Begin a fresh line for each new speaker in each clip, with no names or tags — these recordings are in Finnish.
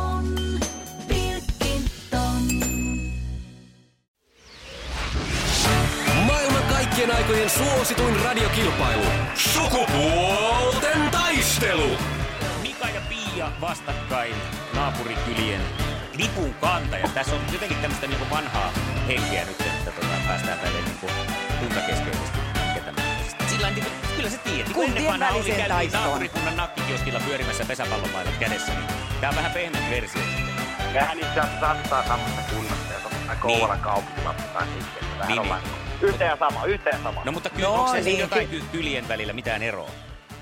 on Pilkington.
Maailman kaikkien aikojen suosituin radiokilpailu. Sukupuolten taistelu.
Mika ja Pia vastakkain naapurikylien lipun kantaja. Tässä on jotenkin tämmöistä niinku vanhaa henkeä nyt, että tota, päästään tälle niinku kuntakeskeisesti ketämättä. Sillä on, niinku, kyllä se tiedät. Niin
Kuntien
ennen vanhaa oli
väliseen
käyty
taistoon.
naapurikunnan nakkikioskilla pyörimässä pesäpallomailat kädessä. Niin tää on vähän pehmeä versio.
Mehän itse asiassa asutaan samassa kunnassa ja tuossa Kouvolan kaupungilla asutaan sitten. siis että Vähän
Niin,
ollaan yhteen ja sama, yhteen ja sama.
No mutta kyllä,
No
no, onko se
niin.
niin. jotain ky- kylien välillä mitään eroa?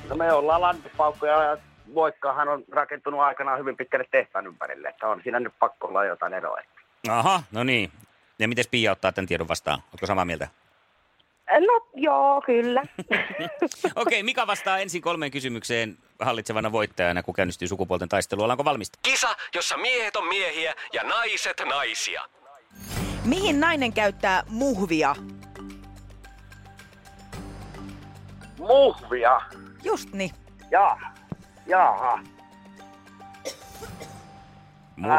No me ollaan lantupaukkoja ja Voikkaahan on rakentunut aikanaan hyvin pitkälle tehtaan ympärille, että on siinä nyt pakko olla jotain eroa.
Aha, no niin. Ja miten Pia ottaa tämän tiedon vastaan? Oletko samaa mieltä?
No joo, kyllä.
Okei, Mika vastaa ensin kolmeen kysymykseen hallitsevana voittajana, kun käynnistyy sukupuolten taistelu. Ollaanko valmista?
Kisa, jossa miehet on miehiä ja naiset naisia.
Mihin nainen käyttää muhvia?
Muhvia!
Just niin.
Jaa. Jaaha.
Muhvi.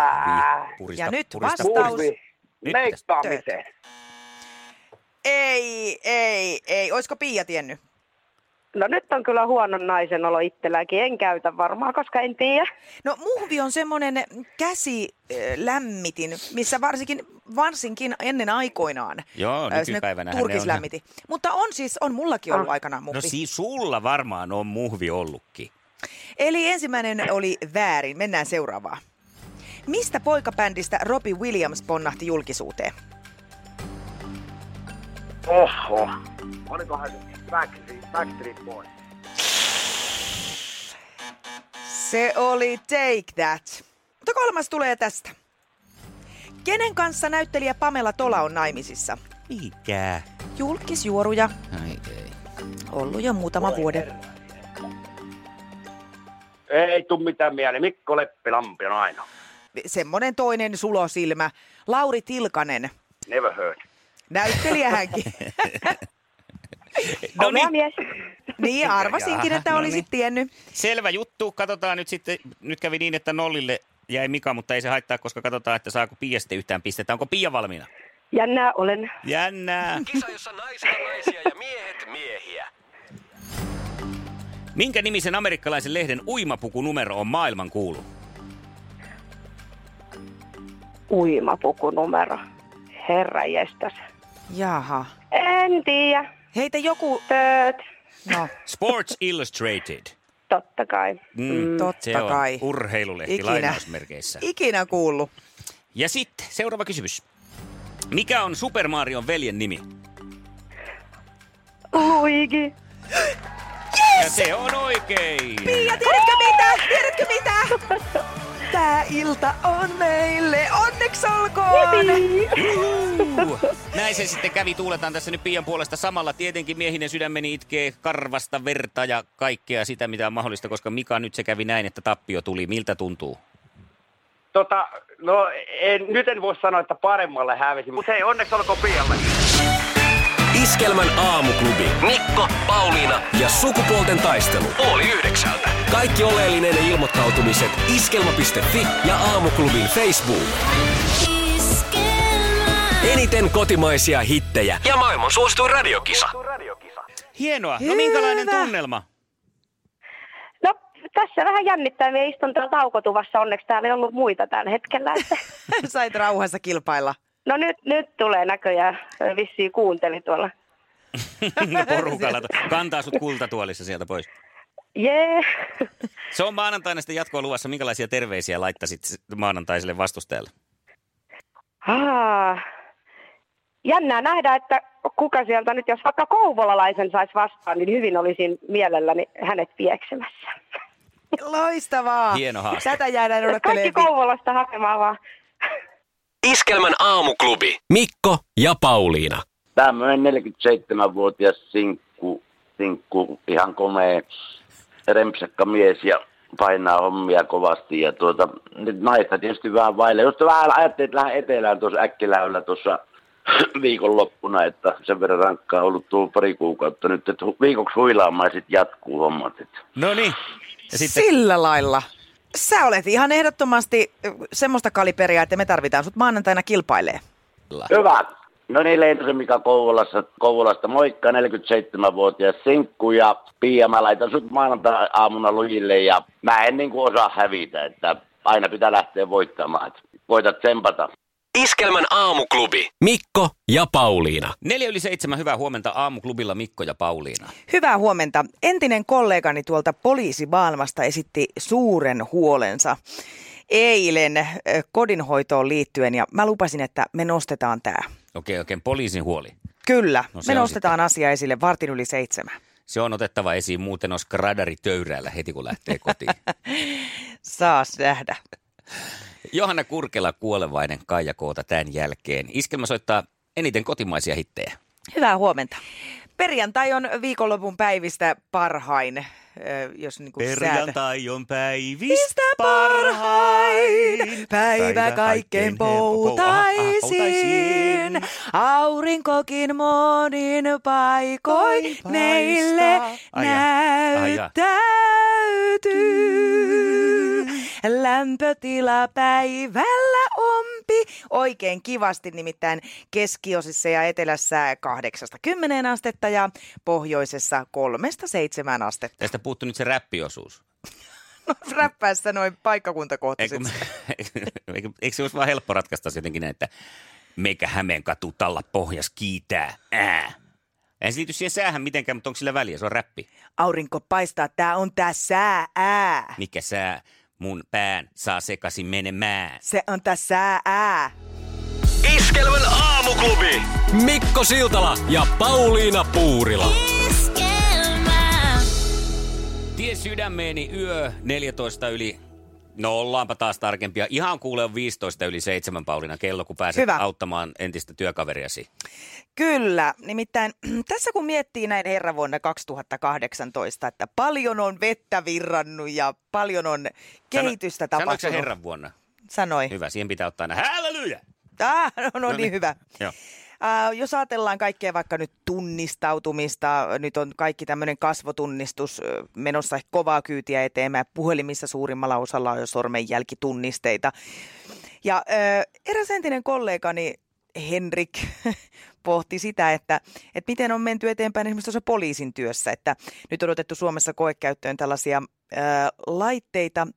Purista,
Ja nyt
purista, purista.
vastaus.
Muhvi.
Nyt
Leikkaamiseen.
Ei, ei, ei. Oisko Pia tiennyt?
No nyt on kyllä huonon naisen olo itselläkin. En käytä varmaan, koska en tiedä.
No muhvi on semmoinen käsilämmitin, missä varsinkin, varsinkin ennen aikoinaan
Joo,
ö, semmoinen
nykypäivänähän ne on
turkislämmiti. Mutta on siis, on mullakin ollut aikanaan muhvi.
No siis sulla varmaan on muhvi ollutkin.
Eli ensimmäinen oli väärin. Mennään seuraavaan. Mistä poikabändistä Robbie Williams ponnahti julkisuuteen?
Oho. Olikohan se Backstreet, Backstreet Boys?
Se oli Take That. Mutta kolmas tulee tästä. Kenen kanssa näyttelijä Pamela Tola on naimisissa?
Mikä?
Julkisjuoruja.
Ai ei.
Ollut jo muutama vuoden.
Ei tuu mitään mieleen. Mikko Leppilampi on aina.
Semmonen toinen sulosilmä. Lauri Tilkanen.
Never heard.
Näyttelijä hänkin.
No
Komea
niin,
mies.
niin, arvasinkin, että
Jaha,
olisit
noniin.
tiennyt.
selvä juttu. Katsotaan nyt sitten. Nyt kävi niin, että nollille jäi Mika, mutta ei se haittaa, koska katsotaan, että saako Pia sitten yhtään pistettä. Onko Pia valmiina?
Jännää olen.
Jännää.
Kisa, jossa naiset on naisia ja miehet miehiä.
Minkä nimisen amerikkalaisen lehden uimapukunumero on maailman kuulu?
Uimapukunumero. Herra jestas.
Jaha.
En tiedä.
Heitä joku...
Tööt.
No,
Sports Illustrated.
Totta kai.
Mm,
Totta
se on
kai.
urheilulehti
Ikinä.
lainausmerkeissä.
ikinä kuullut.
Ja sitten seuraava kysymys. Mikä on Super Marion veljen nimi?
Luigi.
Ja se on oikein.
Ja tiedätkö mitä? Tiedätkö mitä? Tää ilta on meille. Onneksi olkoon!
Juu. Näin se sitten kävi. Tuuletaan tässä nyt Pian puolesta samalla. Tietenkin miehinen sydämeni itkee karvasta verta ja kaikkea sitä, mitä on mahdollista, koska Mika nyt se kävi näin, että tappio tuli. Miltä tuntuu?
Tota, no en, nyt en voi sanoa, että paremmalle hävisin, mutta hei, onneksi olkoon Pialle.
Iskelmän aamuklubi. Mikko, Pauliina ja sukupuolten taistelu. Oli yhdeksältä. Kaikki oleellinen ilmoittautumiset iskelma.fi ja aamuklubin Facebook.
Iskelmä.
Eniten kotimaisia hittejä ja maailman suosituin radiokisa.
Hienoa. No
Hyvä.
minkälainen tunnelma?
No tässä vähän jännittää. Minä istun tuolla taukotuvassa. Onneksi täällä ei ollut muita tällä hetkellä. Että...
Sait rauhassa kilpailla.
No nyt, nyt tulee näköjään. Vissiin kuunteli tuolla.
Porukalla. Kantaa sut kultatuolissa sieltä pois.
Jee.
Se on maanantaina sitten jatkoa luvassa. Minkälaisia terveisiä laittaisit maanantaiselle vastustajalle?
Aa, jännää nähdä, että kuka sieltä nyt, jos vaikka kouvolalaisen saisi vastaan, niin hyvin olisin mielelläni hänet pieksemässä.
Loistavaa.
Hieno haaste.
Tätä jäädään
Kaikki
odottelemaan.
Kouvolasta hakemaan vaan.
Iskelmän aamuklubi. Mikko ja Pauliina.
Tämmöinen 47-vuotias sinkku, sinkku ihan komea rempsakka mies ja painaa hommia kovasti. Ja tuota, nyt naista tietysti vähän vaille. Just vähän ajattelin, että lähden etelään tuossa Äkkiläyllä tuossa viikonloppuna, että sen verran rankkaa ollut tuo pari kuukautta nyt, että hu- viikoksi huilaamaan ja sitten jatkuu hommat. Että.
No niin. Ja sitten
Sillä lailla. Sä olet ihan ehdottomasti ö, semmoista kaliberia, että me tarvitaan sut maanantaina kilpailee.
Hyvä. No niin, Leinosen Mika Kouvolassa, Kouvolasta. Moikka, 47-vuotias sinkku ja Pia, mä laitan sut maanantai-aamuna lujille ja mä en niin kuin osaa hävitä, että aina pitää lähteä voittamaan. Että voitat tsempata.
Iskelmän aamuklubi. Mikko ja Pauliina.
neljä yli seitsemän, hyvää huomenta aamuklubilla Mikko ja Pauliina.
Hyvää huomenta. Entinen kollegani tuolta poliisimaailmasta esitti suuren huolensa eilen ö, kodinhoitoon liittyen ja mä lupasin, että me nostetaan tämä.
Okei, oikein poliisin huoli.
Kyllä, no,
se
me
on
nostetaan asia esille vartin yli seitsemän.
Se on otettava esiin, muuten on skradari töyräällä heti kun lähtee kotiin.
Saas nähdä.
Johanna Kurkela kuolevainen Kaija Koota tämän jälkeen. Iskelmä soittaa eniten kotimaisia hittejä.
Hyvää huomenta. Perjantai on viikonlopun päivistä parhain, ö, jos niin kuin
on
Mistä
päivistä
parhain päivä kaikkein poutaisin. Aurinkokin monin paikoin
Paista.
meille
Ai ja, ai ja.
näyttäytyy. Lämpötila päivällä ompi. Oikein kivasti nimittäin keskiosissa ja etelässä 8-10 astetta ja pohjoisessa 3-7 astetta.
Tästä puuttuu nyt se räppiosuus.
No, räppäässä noin paikkakuntakohtaisesti.
Eikö, me, eikö, eikö se olisi vaan helppo ratkaista se jotenkin näin, että meikä Hämeen katu tällä pohjas kiitää. Ää. En se liity siihen säähän mitenkään, mutta onko sillä väliä? Se on räppi.
aurinko paistaa, tää on tää sää. Ää.
Mikä sää mun pään saa sekaisin menemään?
Se on tää sää. Ää.
Iskelmän aamuklubi.
Mikko Siltala ja Pauliina Puurila.
Tie sydämeeni yö 14 yli... No ollaanpa taas tarkempia. Ihan kuule on 15 yli 7, Pauliina, kello, kun pääset
Hyvä.
auttamaan entistä työkaveriasi.
Kyllä, nimittäin tässä kun miettii näin herra vuonna 2018, että paljon on vettä virrannut ja paljon on kehitystä
Sano- sanoitko sä
tapahtunut.
herran vuonna?
Sanoi.
Hyvä, siihen pitää ottaa aina. Halleluja!
Ah, no, no,
No
niin,
niin.
niin hyvä.
Joo.
Äh, jos ajatellaan kaikkea vaikka nyt tunnistautumista, nyt on kaikki tämmöinen kasvotunnistus ö, menossa kovaa kyytiä eteenpäin. Puhelimissa suurimmalla osalla on jo sormenjälkitunnisteita. Ja äh, eräs entinen kollegani Henrik pohti sitä, että, että miten on menty eteenpäin esimerkiksi tuossa poliisin työssä, että nyt on otettu Suomessa koekäyttöön tällaisia ö, laitteita,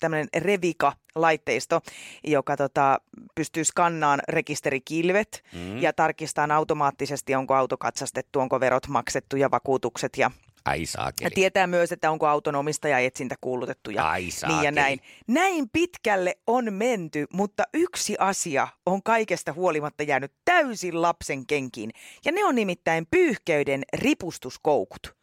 tämmöinen Revika-laitteisto, joka tota, pystyy skannaan rekisterikilvet
Mm.
mm. ja tarkistamaan automaattisesti, onko auto katsastettu, onko verot maksettu ja vakuutukset ja
Mm. Ai saakeli.
ja tietää myös, että onko auton omistaja etsintä kuulutettu ja
Ai
niin
Ah, saakeli.
ja näin. Näin pitkälle on menty, mutta yksi asia on kaikesta huolimatta jäänyt täysin lapsen kenkiin. Ja ne on nimittäin pyyhkeyden ripustuskoukut.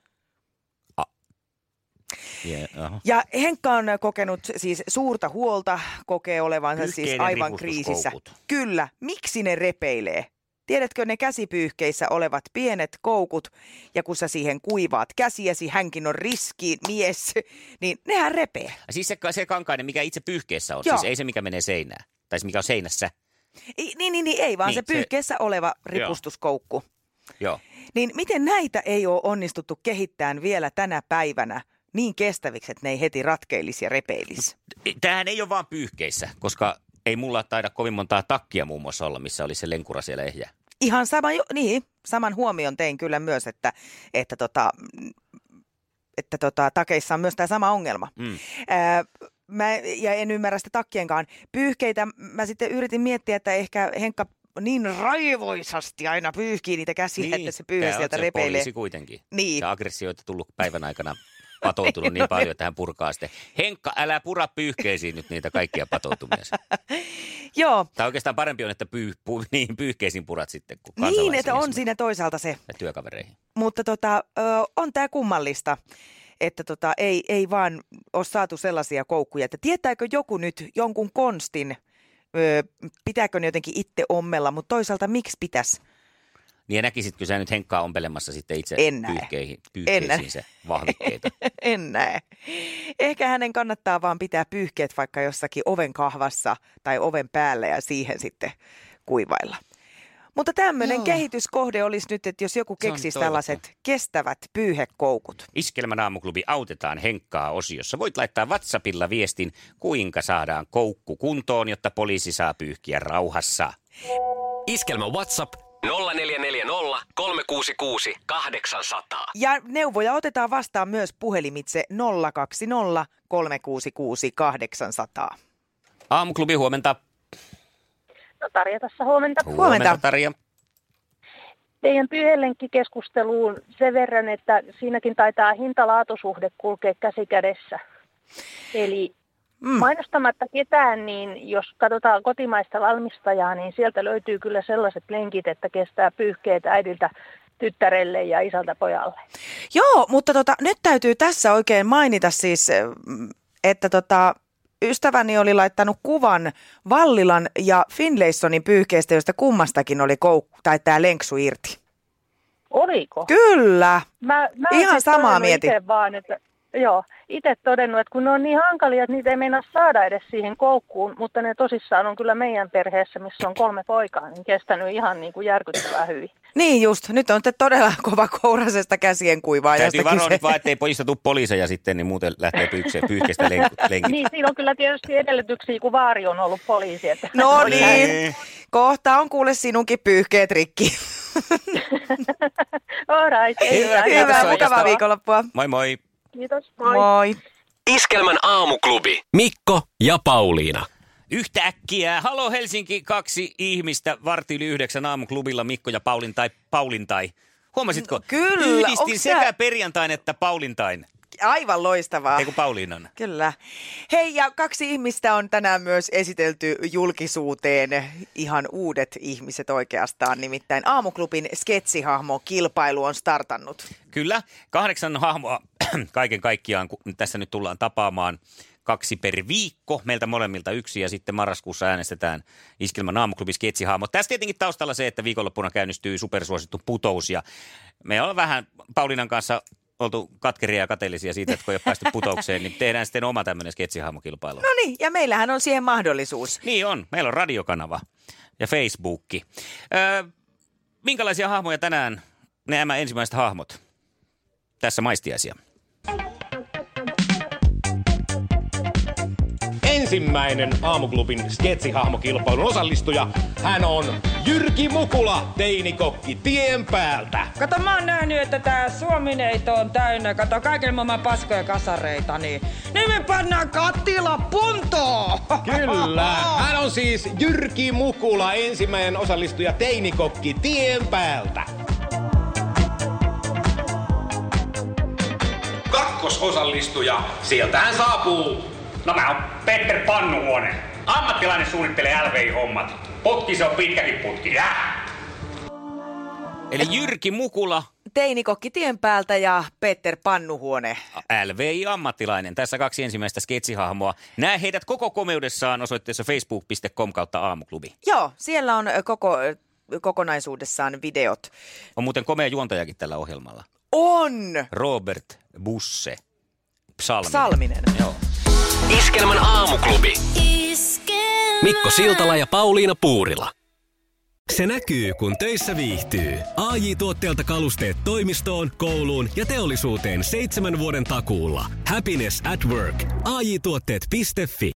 Yeah, aha.
Ja Henkka on kokenut siis suurta huolta, kokee olevansa siis
Pyyhkeiden
aivan kriisissä.
ripustuskoukut.
Kyllä, miksi ne repeilee? Tiedätkö ne käsipyyhkeissä olevat pienet koukut, ja kun sä siihen kuivaat käsiäsi, hänkin on riski mies, niin nehän repee.
Siis se, se kankainen, mikä itse pyyhkeessä on,
Joo.
siis ei se, mikä menee seinään. Tai se, mikä on seinässä.
Ei, niin, niin, niin, ei vaan
Niin,
niin, se
se-
pyyhkeessä se... oleva ripustuskoukku.
Joo.
Niin miten näitä ei ole onnistuttu kehittämään vielä tänä päivänä niin kestäviksi, että ne ei heti ratkeilisi ja repeilisi?
Tämähän ei ole vaan pyyhkeissä, koska ei mulla taida kovin montaa takkia muun muassa olla, missä oli se lenkura siellä ehjä.
Ihan sama, ju- niin, saman huomion tein kyllä myös, että, että, tota, että tota, takeissa on myös tämä sama ongelma.
Mm.
Ää, mä, ja en ymmärrä sitä takkienkaan pyyhkeitä. Mä sitten yritin miettiä, että ehkä Henkka niin raivoisasti aina pyyhkii niitä käsiä, niin, että se pyyhe
tää on
sieltä
se
repeilee.
Poliisi kuitenkin.
Niin.
Ja aggressioita tullut päivän aikana patoutunut niin paljon, että hän purkaa sitten. Henkka, älä pura pyyhkeisiin nyt niitä kaikkia patoutumia.
Joo, Niin,
tai oikeastaan parempi on, että pyy, pu, niin pyyhkeisiin purat sitten kuin
niin, että on
kansalaisille
siinä toisaalta se.
ja työkavereihin.
Mutta tota, ö, on tämä kummallista, että tota, ei, ei vaan ole saatu sellaisia koukkuja, että tietääkö joku nyt jonkun konstin, ö, pitääkö ne jotenkin itse ommella, mutta toisaalta miksi pitäisi?
Niin ja näkisitkö sä nyt Henkkaa ompelemassa sitten itse
En näe.
pyyhkeihin,
En näe.
pyyhkeisiinsä vahvikkeita?
en näe. Ehkä hänen kannattaa vaan pitää pyyhkeet vaikka jossakin oven kahvassa tai oven päällä ja siihen sitten kuivailla. Mutta tämmöinen
Joo.
kehityskohde olisi nyt, että jos joku
Se on
keksisi
toivottavaa.
tällaiset kestävät pyyhekoukut.
Iskelmän aamuklubi autetaan Henkkaa osiossa. Voit laittaa WhatsAppilla viestin, kuinka saadaan koukku kuntoon, jotta poliisi saa pyyhkiä rauhassa.
Iskelmä WhatsApp 0440 366 800.
Ja neuvoja otetaan vastaan myös puhelimitse 020 366 800.
Aamuklubi, huomenta.
No, Tarja tässä huomenta.
Huomenta.
Tarja.
Teidän pyyhelenkki-keskusteluun sen verran, että siinäkin taitaa hinta-laatusuhde kulkea käsi kädessä. Eli
Mm.
mainostamatta ketään, niin jos katsotaan kotimaista valmistajaa, niin sieltä löytyy kyllä sellaiset lenkit, että kestää pyyhkeet äidiltä tyttärelle ja isältä pojalle.
Joo, mutta tota, nyt täytyy tässä oikein mainita siis, eh, että tota, ystäväni oli laittanut kuvan Vallilan ja Finlaysonin pyyhkeistä, joista kummastakin oli koukku, tai tämä lenksu irti.
Oliko?
Kyllä.
Mä, mä oon
Ihan
siis
samaa
todennut
mietin.
Itse vaan, että, joo, itse todennut, että kun ne on niin hankalia, että niitä ei meinaa saada edes siihen koukkuun, mutta ne tosissaan on kyllä meidän perheessä, missä on kolme poikaa, niin kestänyt ihan niin kuin järkyttävää hyvin.
Niin just, nyt on te todella kova kourasesta käsien kuivaajasta
Täytyy varoa
kyse.
nyt vaan, ettei pojista tuu poliiseja sitten, niin muuten lähtee pyyhkeä- pyyhkeistä lenk- lenkit.
Niin, siinä on kyllä tietysti edellytyksiä, kun vaari on ollut poliisi. Että
No niin, kohta on kuule sinunkin pyyhkeet rikki.
All right, ei
Hyvä,
mitään.
kiitos
Hyvää,
oikeastaan.
mukavaa viikonloppua.
Moi moi.
Kiitos, moi.
Moi.
Iskelmän aamuklubi. Mikko ja Pauliina.
Yhtäkkiä. Halo Helsinki, kaksi ihmistä varti yli yhdeksän aamuklubilla Mikko ja Paulin tai Paulin tai. Huomasitko?
No, kyllä,
Yhdistin
onks
sekä
tää-
perjantain että Paulintain.
Aivan loistavaa.
Ah. Ei kun Pauliinan.
Kyllä. Hei, ja kaksi ihmistä on tänään myös esitelty julkisuuteen. Ihan uudet ihmiset oikeastaan. Nimittäin Aamuklubin sketsihahmo-kilpailu on startannut.
Kyllä, kahdeksan hahmoa kaiken kaikkiaan, kun tässä nyt tullaan tapaamaan kaksi per viikko, meiltä molemmilta yksi ja sitten marraskuussa äänestetään Iskelmän aamuklubi sketsihahmo. Tässä tietenkin taustalla se, että viikonloppuna käynnistyy supersuosittu putous ja me ollaan vähän Paulinan kanssa oltu katkeria ja kateellisia siitä, että kun ei ole päästy putoukseen, niin tehdään sitten oma tämmöinen sketsihahmokilpailu.
No niin, ja meillähän on siihen mahdollisuus.
Niin on, meillä on radiokanava ja Facebookki. Öö, minkälaisia hahmoja tänään nämä ensimmäiset hahmot? Tässä maistiaisia.
Ensimmäinen aamuklubin sketsihahmokilpailun osallistuja, hän on Jyrki Mukula, teinikokki tien päältä.
Kato, mä oon nähnyt, että tää suomineito on täynnä. Kato, kaiken maailman paskoja kasareita, niin... Niin me pannaan kattila puntoon!
Kyllä, hän on siis Jyrki Mukula, ensimmäinen osallistuja teinikokki tien päältä. Kakkososallistuja, sieltä hän saapuu.
No mä oon Petter Pannuhuone. Ammattilainen suunnittelee LVI-hommat. Putki se on pitkäkin putki, jää.
Eli Jyrki Mukula,
Teinikokki tien päältä ja Peter Pannuhuone.
LVI-ammattilainen. Tässä kaksi ensimmäistä sketsihahmoa. Näe heidät koko komeudessaan osoitteessa facebook.com kautta aamuklubi.
Joo, siellä on ö, koko, ö, kokonaisuudessaan videot.
On muuten komea juontajakin tällä ohjelmalla.
On!
Robert Busse. Psalminen.
Salminen.
Joo.
Iskelmän aamuklubi. Mikko Siltala ja Pauliina Puurila.
Se näkyy, kun töissä viihtyy. ai tuotteelta kalusteet toimistoon, kouluun ja teollisuuteen seitsemän vuoden takuulla. Happiness at work. AJ-tuotteet.fi.